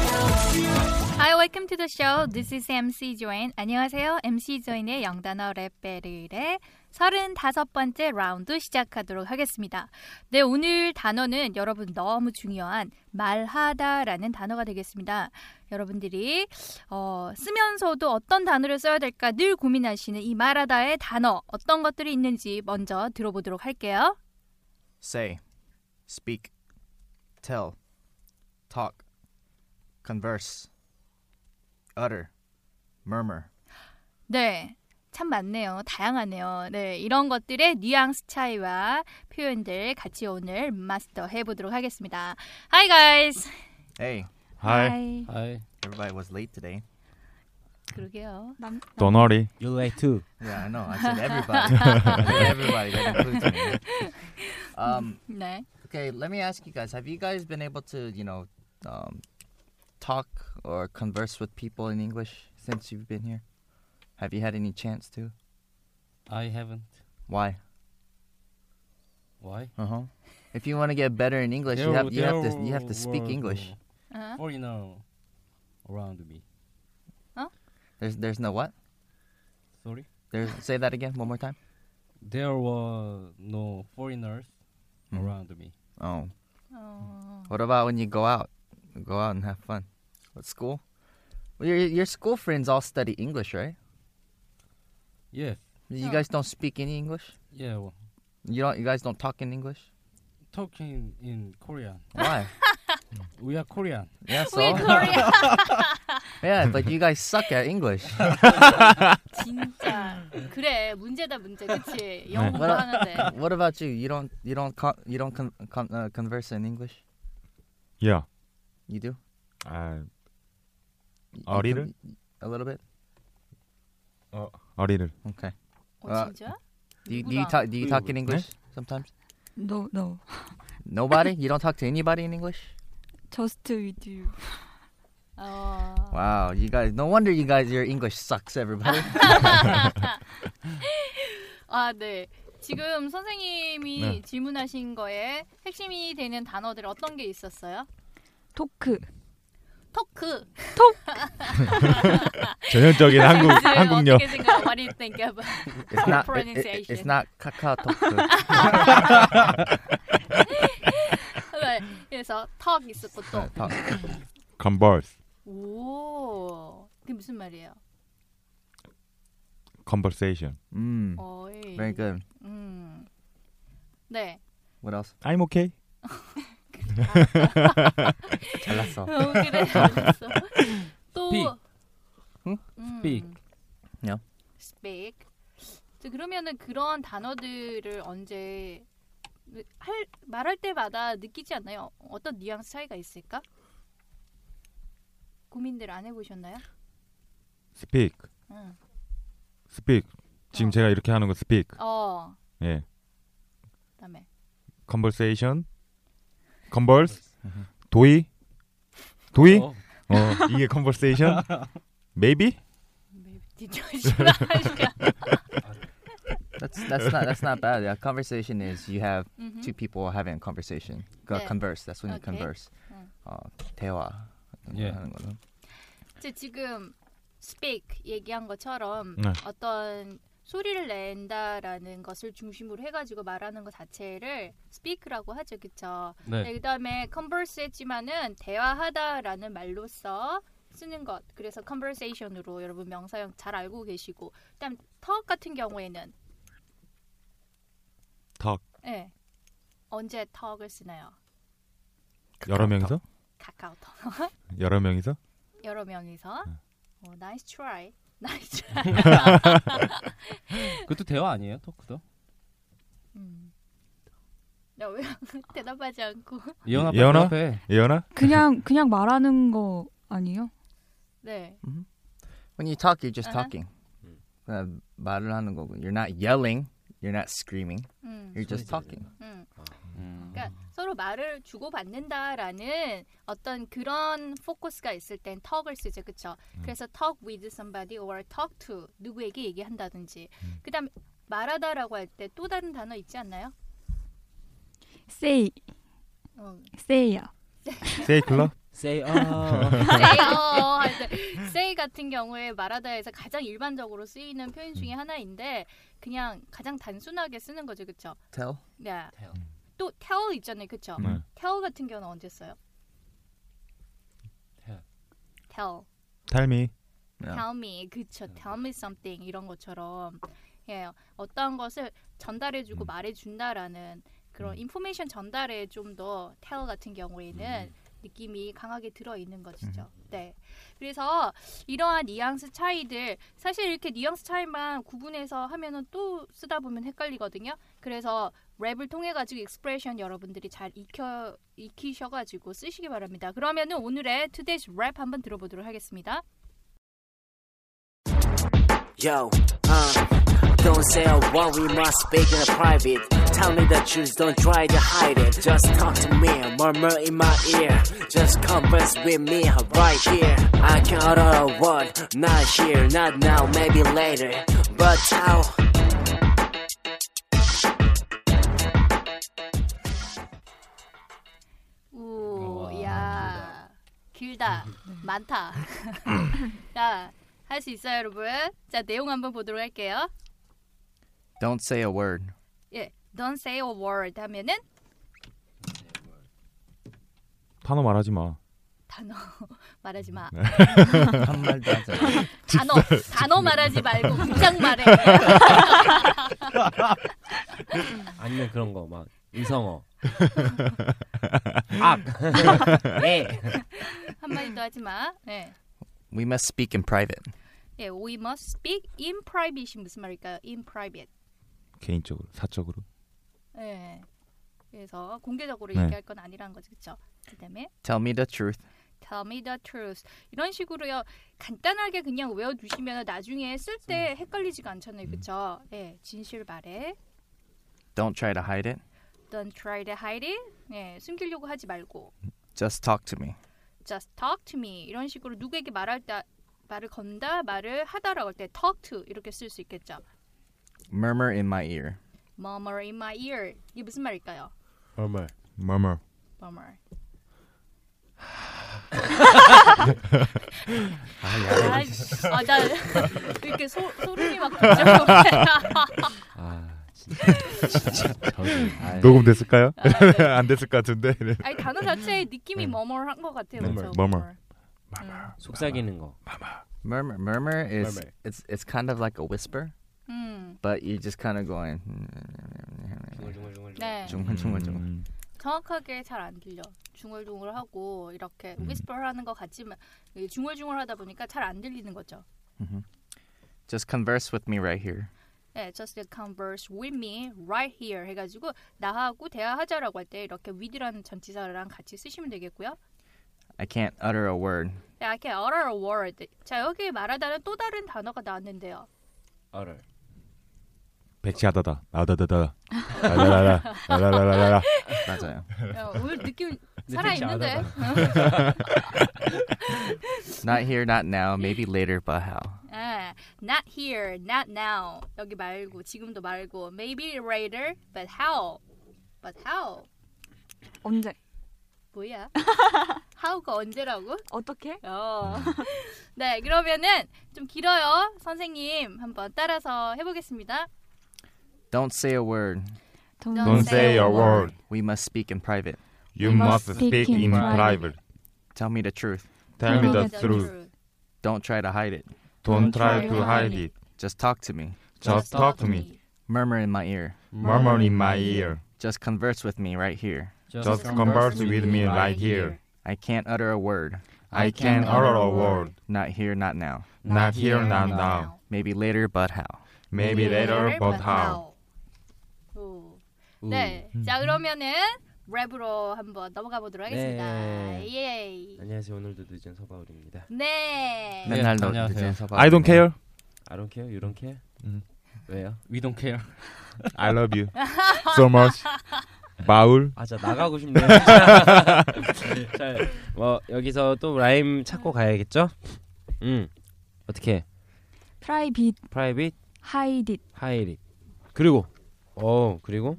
Hi, welcome to the show. This is MC Join. 안녕하세요. MC Join의 영단어 랩 배틀의 35번째 라운드 시작하도록 하겠습니다. 네, 오늘 단어는 여러분 너무 중요한 말하다라는 단어가 되겠습니다. 여러분들이 어, 쓰면서도 어떤 단어를 써야 될까 늘 고민하시는 이 말하다의 단어 어떤 것들이 있는지 먼저 들어보도록 할게요. say, speak, tell, talk, converse, utter, murmur. 네. 참 많네요. 다양하네요. 네, 이런 것들의 뉘앙스 차이와 표현들 같이 오늘 마스터해 보도록 하겠습니다. Hi guys. Hey, Hi. Hi. everybody was late today. 그러게요. Don't worry. You late too. Yeah, I know. I said everybody. I said everybody. That includes me. Um, 네. okay, let me ask you guys: Have you guys been able to, you know, um, talk or converse with people in English since you've been here? Have you had any chance to? I haven't. Why? Why? Uh huh. If you want to get better in English, you There- have you have there to you have to speak were English. 어? Foreigner around me. There's there's no what? Sorry. There's say that again one more time. There were no foreigners Hmm. Mhm. around me. Oh, 어. what about when you go out? Go out and have fun. What school? Well, your your school friends all study English, right? Yes. You No. guys don't speak any English. Yeah. well, You don't. You guys don't talk in English. Talking in Korean. Why? We are Korean. yeah. We So Korea. yeah, but you guys suck at English. 진짜. 그래. 문제다 문제. 그치 영어 네. 공부하는데. what about you? You don't. You don't. Con- you don't con- con- uh, converse in English. Yeah. Uh, You do. 아, You A little? a little bit. a little. Okay. 어 진짜? Do you, do you 누구랑? talk? Do you talk in English sometimes? No, no. Nobody. You don't talk to anybody in English. Just with you. 어. Wow, you guys. No wonder you guys. Your English sucks, everybody. 아, 네. 지금 선생님이 네. 질문하신 거에 핵심이 되는 단어들 어떤 게 있었어요? 토크. 토크. 전형적인 한국 그치? 한국역. 뭐 어떻게 생각해? What do you think about? It's not. it- it- it- Pronunciation. it's not kakao talk. 네. 그래서 턱 있었고 또. 네. uh, talk. Converse. 오. 그게 무슨 말이에요? Conversation. Mm, 음. 어이. very good. 음. 네. What else? I'm okay. 잘났어. 어, 그래. 알겠어. 또 Speak. 응? 음. Speak. Yeah. speak. 자, 그러면은 그런 단어들을 언제 할 말할 때마다 느끼지 않나요? 어떤 뉘앙스 차이가 있을까? 고민들 안 해보셨나요? Speak. 응. Speak. 지금 어. 제가 이렇게 하는 거 speak. 어. 예. 그다음에 Conversation. Converse. 도이. 도이. Oh, 어, 이게 conversation. Maybe. 뭐, 뒤쳐지라. That's that's not that's not bad. Yeah, conversation is you have two people having a conversation. Co- Hmm? Yeah. Converse. That's when you Okay. converse. Mm. Uh, 대화. Yeah. 하는 거는. 이제 지금 speak 얘기한 것처럼 네. 어떤 소리를 낸다라는 것을 중심으로 해가지고 말하는 것 자체를 speak라고 하죠, 그렇죠? 네, 네. 그다음에 converse 했지만은 대화하다라는 말로써 쓰는 것. 그래서 conversation으로 여러분 명사형 잘 알고 계시고. 그다음 talk 같은 경우에는 talk. 예. 언제 talk을 쓰나요? 여러 명이서? 카카오톡. 여러 명이서? 여러 명이서. 음. 어, nice try. nice try. 그것도 대화 아니에요? 토크도? 음. 야왜 대답하지 않고 예언아 예언아? 앞에 예연아? 그냥 그냥 말하는 거 아니에요? 네 When you talk, you're just Uh-huh. talking. Uh, 말을 하는 거고. You're not yelling. You're not screaming. 음, You're just talking. 음. 그러니까 서로 말을 주고받는다라는 어떤 그런 포커스가 있을 땐 talk을 쓰죠 그쵸 그래서 talk with somebody or talk to 누구에게 얘기한다든지 그 다음 말하다라고 할 때 또 다른 단어 있지 않나요? say 어, say야. 세이 클럽? Say oh. say 어, 할때 say 같은 경우에 말하다에서 가장 일반적으로 쓰이는 표현 중에 하나인데 그냥 가장 단순하게 쓰는 거죠 그쵸 Tell. 네. Tell. 또 tell 있잖아요, 그렇죠? 네. tell 같은 경우는 언제 써요? Tell. tell, Tell me. Yeah. tell me, 그렇죠? tell me something 이런 것처럼 예, 어떤 것을 전달해주고 말해준다라는 그런 인포메이션 전달에 좀 더 tell 같은 경우에는 느낌이 강하게 들어 있는 것이죠. 네. 그래서 이러한 뉘앙스 차이들 사실 이렇게 뉘앙스 차이만 구분해서 하면은 또 쓰다 보면 헷갈리거든요. 그래서 랩을 통해 가지고 익스프레션 여러분들이 잘 익혀 익히셔 가지고 쓰시기 바랍니다. 그러면은 오늘의 투데이즈 랩 한번 들어보도록 하겠습니다. Yo, uh, don't say a word, we must speak in private. Tell me the truth, don't try to hide it. Just talk to me, murmur in my ear. Just converse with me right here. I can utter a word, not here, not now, maybe later. But how? 우, 우와, 야. 길다. 많다. 자, 할 수 있어요, 여러분. 자, 내용 한번 보도록 할게요. Don't say a word. 예. Don't say a word 하면은 단어 말하지 마. 단어 말하지 마. 한 말도 하지 않아. 단어 단어 말하지 말고 문장 말해. 아니면 그런 거 막 이성어. 악. 예. 한마디도 하지 마. 네. We must speak in private. 예, we must speak in private이 무슨 말일까요? in private. 개인적으로, 사적으로. 예. 그래서 공개적으로 네. 얘기할 건 아니라는 거죠, 그렇죠? 그다음에 Tell me the truth. tell me the truth 이런 식으로요 간단하게 그냥 외워두시면 나중에 쓸 음. 때 헷갈리지가 않잖아요, 그렇죠? 예, 진실 말해. Don't try to hide it. Don't try to hide it. 예, 숨기려고 하지 말고. Just talk to me. just talk to me 이런 식으로 누구에게 말할 때 말을 건다 말을 하다라고 할 때 talk to 이렇게 쓸 수 있겠죠. Murmur in my ear. murmur in my ear 이게 무슨 말일까요? 얼마? murmur. murmur 아, 야. 아나 이렇게 소, 소름이 막 돋죠. 아, 진짜. 진짜. 저기, 아이. 녹음됐을까요? 안 됐을 것 같은데. 네. 아니 단어 자체의 느낌이 머머한 것 같아요. 네. 그렇죠? 머머. 속삭이는 거. Murmur. Murmur is Murmur. it's it's kind of like a whisper, 음, but you're just kind of going. 네 중얼중얼중얼. 음. 정확하게 잘 안 들려. 중얼중얼하고 이렇게 음. whisper하는 것 같지만 이게 중얼중얼하다 보니까 잘 안 들리는 거죠. Just converse with me right here. 네, just converse with me right here 해가지고 나하고 대화하자라고 할 때 이렇게 with라는 전치사랑 같이 쓰시면 되겠고요. I can't utter a word. 네, I can utter a word. 자 여기 말하다는 또 다른 단어가 나왔는데요. 어를. 백시하다다. 아다다다. 라라라라. 라라라라라. 맞아요. 야, 어, 오늘 느낌 살아 있는데. Not here, not now. Maybe later, but how? 예, not here, not now. 여기 말고 지금도 말고 maybe later, but how? But how? 언제? 뭐야? 하우가 언제라고? 어떻게? 어. 네, 그러면은 좀 길어요. 선생님 한번 따라서 해보겠습니다. Don't say a word. Don't, Don't say a word. We must speak in private. You We must speak in private. Tell me the truth. Tell me the The truth. truth. Don't try to hide it. Don't try to hide it. Just talk to me. Just talk to me. Murmur in my ear. Murmur in my ear. Just converse with me right here. Just converse with me right here. I can't utter a word. I can utter a word. Not here, not now. Not here, not now. Maybe later, but how? Maybe later, but how? 오. 네, 자 그러면은 랩으로 한번 넘어가 보도록 하겠습니다. 네. 예. 안녕하세요. 오늘도 늦은 서바울입니다. 네. 네. 맨날 너 안녕하세요. 늦은 서버. I don't care. 아론 케어, 유론 케어? 음. 왜요? We don't care. I love you so much. 마울. 아, 진짜 나가고 싶네요. 자, 뭐 여기서 또 라임 찾고 가야겠죠? 음. 어떻게? Private, 프라이빗, hide it. 하이릿. 그리고 어, 그리고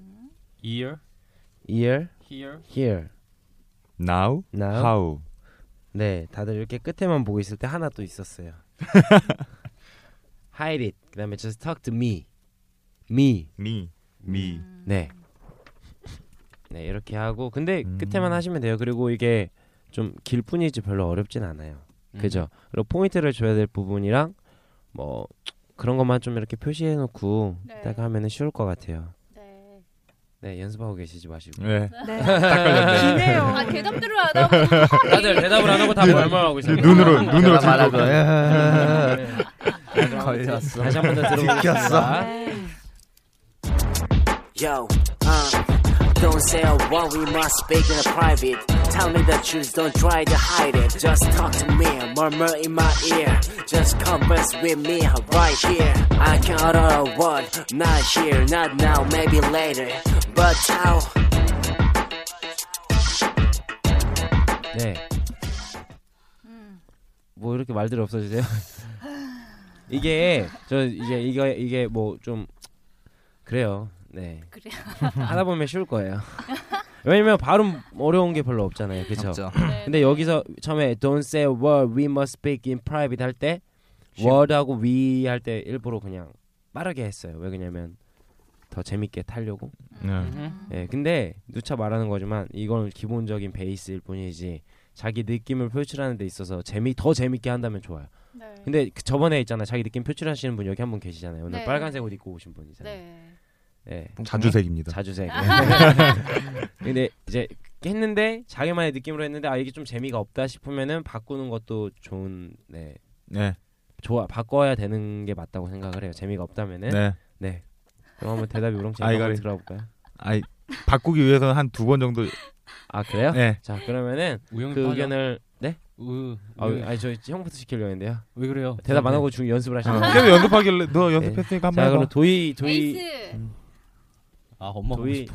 Ear, ear, here, here. Now? Now? How? 네, 다들 이렇게 끝에만 보고 있을 때 하나 또 있었어요. hide it. 그다음에 just talk to me. me. Me. Me. 네. 네, 이렇게 하고 근데 음. 끝에만 하시면 돼요. 그리고 이게 좀 길뿐이지 별로 어렵진 않아요. 그죠? 그리고 포인트를 줘야 될 부분이랑 뭐 그런 것만 좀 이렇게 표시해 놓고 네. 딱 하면은 쉬울 것 같아요. 네. 네, 연습하고 계시지 마시고. 네. 네. 딱 걸렸네. 아 대답들을 안 하고 네. 다들 네, 대답을 안 하고 다 말말하고 있어요. 눈으로 눈으로 예. 제가 말하고 걸렸어. 다시 한 번 더 들어보겠습니다. Yo, uh, don't say a word, we must speak in private. Tell me the truth, don't try to hide it. Just talk to me, murmur in my ear. Just converse with me right here. I can utter a word, not here, not now, maybe later. But how? 네. 뭐 이렇게 말들이 없어지세요? 이게 저 이제 이거 이게 뭐 좀 그래요. 네. 그래요. 하다 보면 쉬울 거예요. 왜냐면 발음 어려운 게 별로 없잖아요. 그렇죠? 없죠. 네, 근데 여기서 처음에 don't say a word, we must speak in private 할 때 word하고 we 할 때 일부러 그냥 빠르게 했어요. 왜 그러냐면 더 재밌게 타려고. 네. 음. 예, 근데 누차 말하는 거지만 이건 기본적인 베이스일 뿐이지 자기 느낌을 표출하는 데 있어서 재미 더 재밌게 한다면 좋아요. 네. 근데 그 저번에 있잖아 자기 느낌 표출하시는 분 여기 한 분 계시잖아요. 오늘 네. 빨간색 옷 입고 오신 분이잖아요. 네. 아. 예, 자주색입니다. 자주색. 근데 이제 했는데 자기만의 느낌으로 했는데 아 이게 좀 재미가 없다 싶으면은 바꾸는 것도 좋은 네 네. 좋아 바꿔야 되는 게 맞다고 생각을 해요. 재미가 없다면은 네. 네. 그럼 한번 대답이 우렁차 아, 한번 이거를- 들어볼까요? 아이 바꾸기 위해서는 한 두 번 정도. 아 그래요? 네. 자 그러면은 우영이 그 빠져. 의견을 네? 음, 우, 아, 우영이- 아니 저 형부터 시키려고 했는데요. 왜 그래요? 네. 대답 네. 안 하고 지금 연습을 하시는 거예요. 계속 연습하길래 너 연습했으니까 아. 자 네, 한번 해봐. 그럼 도희 도희 에이스. 아 엄마 도희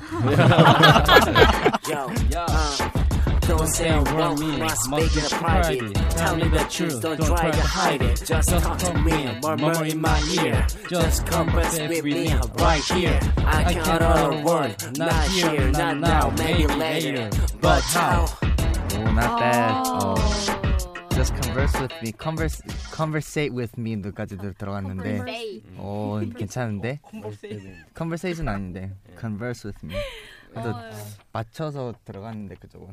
Yo, uh, don't say a word, we must speak in private. Tell me the truth, don't try to hide it. Just talk to me, murmur in my ear. Just converse with me right here. I can utter a word, not here, not now, maybe later. But how? Oh, not bad. Oh. 오. Just converse with me. Converse, conversate with me까지 음. 들어갔는데. 세이. 오, 괜찮은데? 네, Conversation 아닌데. Converse with me. 그래도 맞춰서 들어갔는데 그쪽은.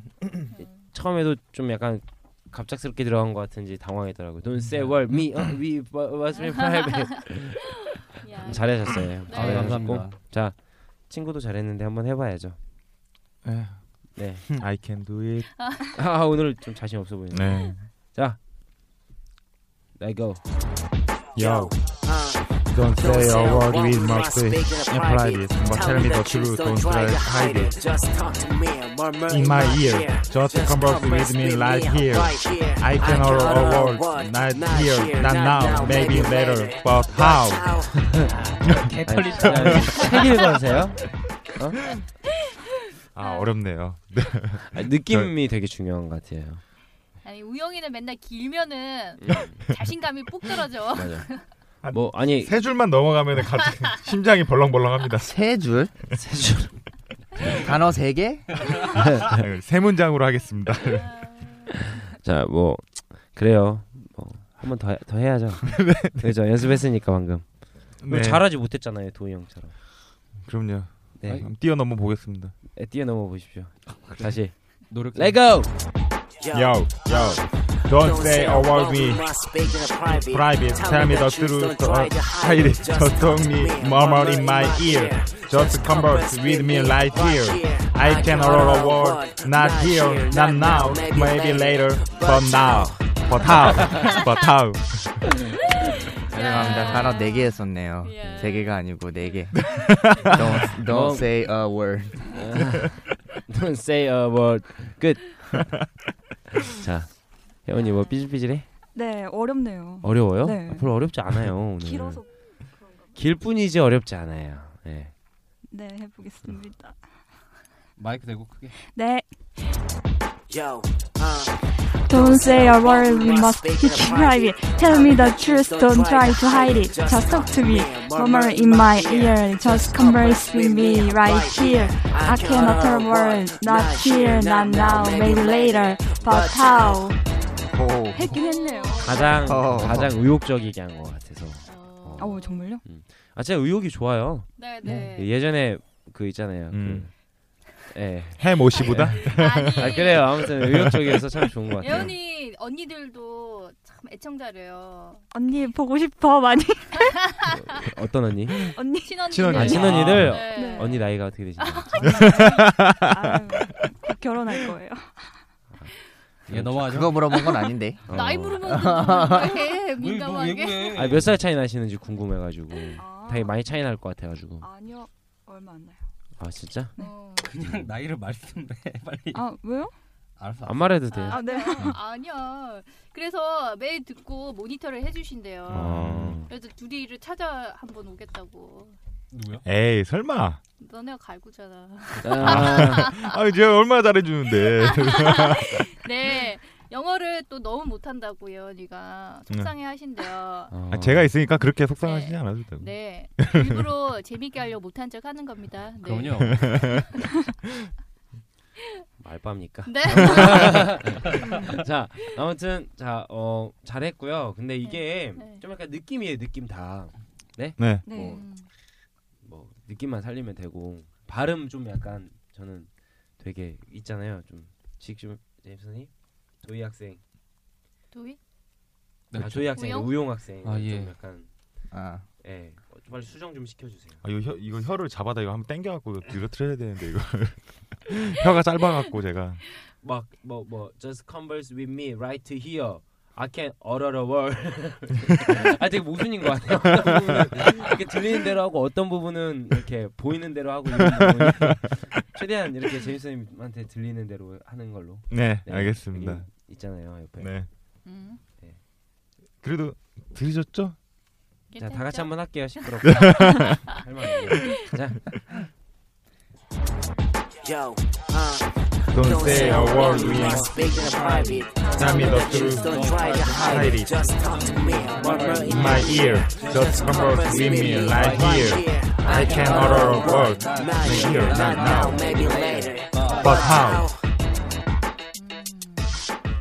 처음에도 좀 약간 갑작스럽게 들어간 것 같은지 당황했더라고요. Don't say word, me, uh, we, uh, was in private. 야. 잘하셨어요. 아, 네, 감사합니다. 자 친구도 잘했는데 한번 해봐야죠. 에. 네. Hmm. I can do it. 아 오늘 좀 자신 없어 아, 보이네. 네. 자, let go. Yo, uh, Don't 아, Don't say say a word we with my must face. speak in in private. private. But Tell me the truth, don't try to hide it. Just talk to me, murmur in my ear. Just converse with me right here. I can utter a word, not here, not now, maybe later. But how? 개털리 책 아, 읽어주세요. 아 어렵네요. 아, 느낌이 되게 중요한 것 같아요. 아니 우영이는 맨날 길면은 자신감이 ปุ๊ 떨어져. 맞아. 뭐 아니 세 줄만 넘어가면 갑자기 심장이 벌렁벌렁합니다. 세 줄? 세줄 단어 세 개? 아. 네, 세 문장으로 하겠습니다. 아, 자, 뭐 그래요. 뭐 한번 더 더 해야죠. 그죠? 연습했으니까 방금. 네. 잘하지 못했잖아요, 도희 형처럼. 그럼요. 네. 한번 뛰어넘어 보겠습니다. 네, 뛰어넘어 보십시오. 다시. 아, 노력. 레고. Yo, yo. Don't say a word me. Private, tell me the truth. Hide it. Just don't me murmur in my ear. Just converse with me right here. I can roll a word. Not here, not now. Maybe later, but now. But how? But how? 죄송합니다. 단어 네 개 했었네요. 예. 세 개가 아니고 네 개. don't don't 뭐. say a word. Don't say a word. 끝. 자, 혜원이 뭐 삐질삐질해? 네, 어렵네요. 어려워요? 네. 아, 별로 어렵지 않아요. 오늘. 길어서 길 뿐이지 어렵지 않아요. 예. 네, 해보겠습니다. 마이크 대고 크게. 네. Yo, uh, Don't say a word, we must keep it private. Tell me the truth, don't try to hide it. Just talk to me, murmur in my ear. Just converse with me right here. I can utter a word, not here, not now, maybe later. But how? 오. 했긴 했네요. 가장 어. 가장 의욕적이게 한 것 같아서. 어, 정말요? 아, 제가 의욕이 좋아요. 네, 네. 예전에 그 있잖아요. 음. 그, 예. 햄 오시보다? 아니, 아 그래요. 아무튼 의욕적이어서 참 좋은 것 같아요. 예원이 언니들도 참 애청자래요. 언니 보고 싶어 많이. 어떤 언니? 언니. 친언니. 친언니. 아, 친언니들. 네. 언니 나이가 어떻게 되시나요? 아유, 곧 결혼할 거예요. 예 넘어가죠. 그거 물어본 건 아닌데. 어. 나이 물으면 또 왜? 왜, 뭐, 왜 민감하게. 그래? 아, 몇 살 차이 나시는지 궁금해가지고 아, 되게 많이 차이 날 것 같아가지고 아니요. 얼마 안 나요. 아 진짜? 어. 그냥 나이를 말했으면 해 빨리. 아, 왜요? 알았어. 안 말해도 돼요 아, 네. 아니야. 그래서 매일 듣고 모니터를 해주신대요. 어. 그래서 둘이를 찾아 한번 오겠다고. 누구야? 에이, 설마. 너네가 갈구잖아. 아, 아, 이제 얼마나 잘해주는데. 네. 영어를 또 너무 못한다고 예언이가 속상해 하신대요. 어. 아, 제가 있으니까 그렇게 속상하시지 않아도 되고. 네. 일부러 재밌게 하려 고 못한 척 하는 겁니다. 네. 그럼요. 말밤니까? 네. 자 아무튼 자 어, 잘했고요 근데 이게 네. 좀 약간 느낌이에요 느낌 다뭐 뭐, 네. 네. 음. 느낌만 살리면 되고 발음 좀 약간 저는 되게 있잖아요 좀 직접 제임스님 도희 학생 도희? 아 도희 학생 우영? 우용 학생 아, 예. 좀 약간 아. 예 어, 좀 빨리 수정 좀 시켜주세요 아, 이거 혀, 이거 혀를 잡아다 이거 한번 당겨갖고 늘어뜨려야 되는데 이거. 혀가 짧아갖고 제가. 막뭐뭐 just converse with me right here. I can utter a word. 아 되게 모순인 것 같아요. 어떤 부분은 이렇게 들리는 대로 하고 어떤 부분은 이렇게 보이는 대로 하고 이런 부분이 최대한 이렇게 제임스 님한테 들리는 대로 하는 걸로. 네, 네, 알겠습니다. 여기 있잖아요 옆에. 네. 음. 그래도 들으셨죠? 자 다 같이 괜찮죠? 한번 할게요 시끄럽고. 할 말이에요. 자 yo, uh. Don't Don't say say a word we are speaking in private. Tell me the truth. Don't try to hide it. Just talk to me. Murmur in my ear. Just converse with me right here. I can utter a word. Not here, not now, maybe later. But how?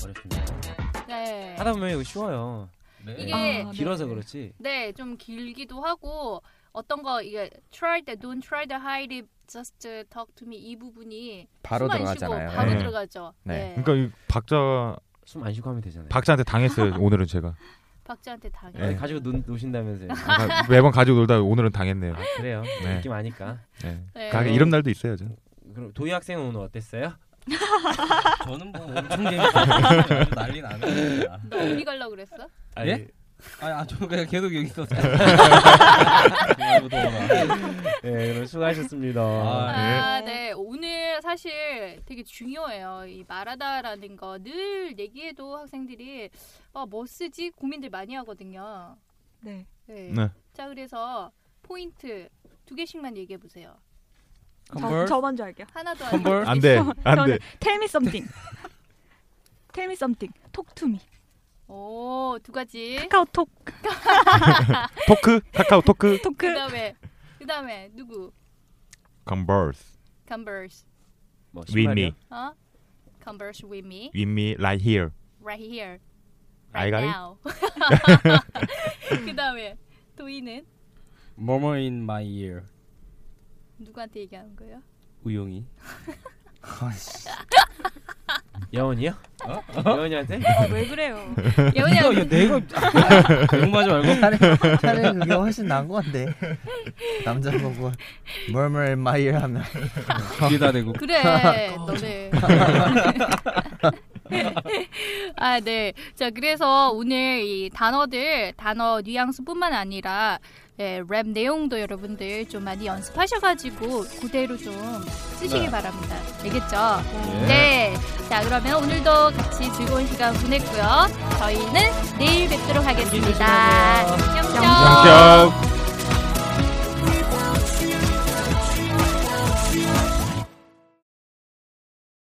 어렵습니다. 네. 하다 보면 이거 쉬워요. 네. 이게 아, 길어서 네. 그렇지. 네, 좀 길기도 하고 어떤 거 이게 try the don't try the hide it just talk to me 이 부분이 바로 숨안 들어가잖아요. 쉬고 바로 네. 들어가죠. 네. 네. 그러니까 이 박자 숨 안 쉬고 하면 되잖아요. 박자한테 당했어요. 오늘은 제가 박자한테 당해. 아니, 네. 가지고 논, 노신다면서요. 아, 매번 가지고 놀다 오늘은 당했네요. 아 그래요. 네. 느낌 아니까. 네. 네. 가게 이런 날도 있어요. 저. 그럼 도희 학생은 오늘 어땠어요? 저는 뭐 엄청 재밌어요. 난리 나는 거야. 너 어디 갈라 그랬어? 아니, 예? 아니, 아, 저 그냥 계속 여기 있었어요. 그만하고 돌아가. 네, 그럼 수고하셨습니다. 아, 아, 네. 오늘 사실 되게 중요해요. 이 말하다라는 거 늘 얘기해도 학생들이 아, 뭐 쓰지 고민들 많이 하거든요. 네. 네. 네. 자, 그래서 포인트 두 개씩만 얘기해 보세요. 저, 컴벌. 저 먼저 할게요. 하나도 아니고. 컴벌. 안 돼. 안 돼. 저는 tell me something. tell me something. talk to me. 오, 두 가지. 카카오톡 토크? 카카오 토크? 토크. 그다음에 그다음에 누구? Converse. Converse. 뭐 With me. 어? Converse with me With me right here. right here. Right I got it. now. 그다음에 도희는 Murmur in my ear. 누구한테 얘기하는 거예요? 우영이. 여원이요? 여원이한테? 왜 그래요? 예원이 어, 이거 네 이거 내가 욕하지 말고. 차라리 그게 훨씬 나은 것 같아. 남자 보고 murmur in my ear 하면 뒤에다 대고. 그래 너네 아 네 자 그래서 오늘 이 단어들 단어 뉘앙스뿐만 아니라 예, 랩 내용도 여러분들 좀 많이 연습하셔가지고 그대로 좀 쓰시기 네. 바랍니다 알겠죠 네자 그러면 오늘도 같이 즐거운 시간 어, 보냈고요 저희는 내일 뵙도록 하겠습니다 조심하세요. 냠냠 점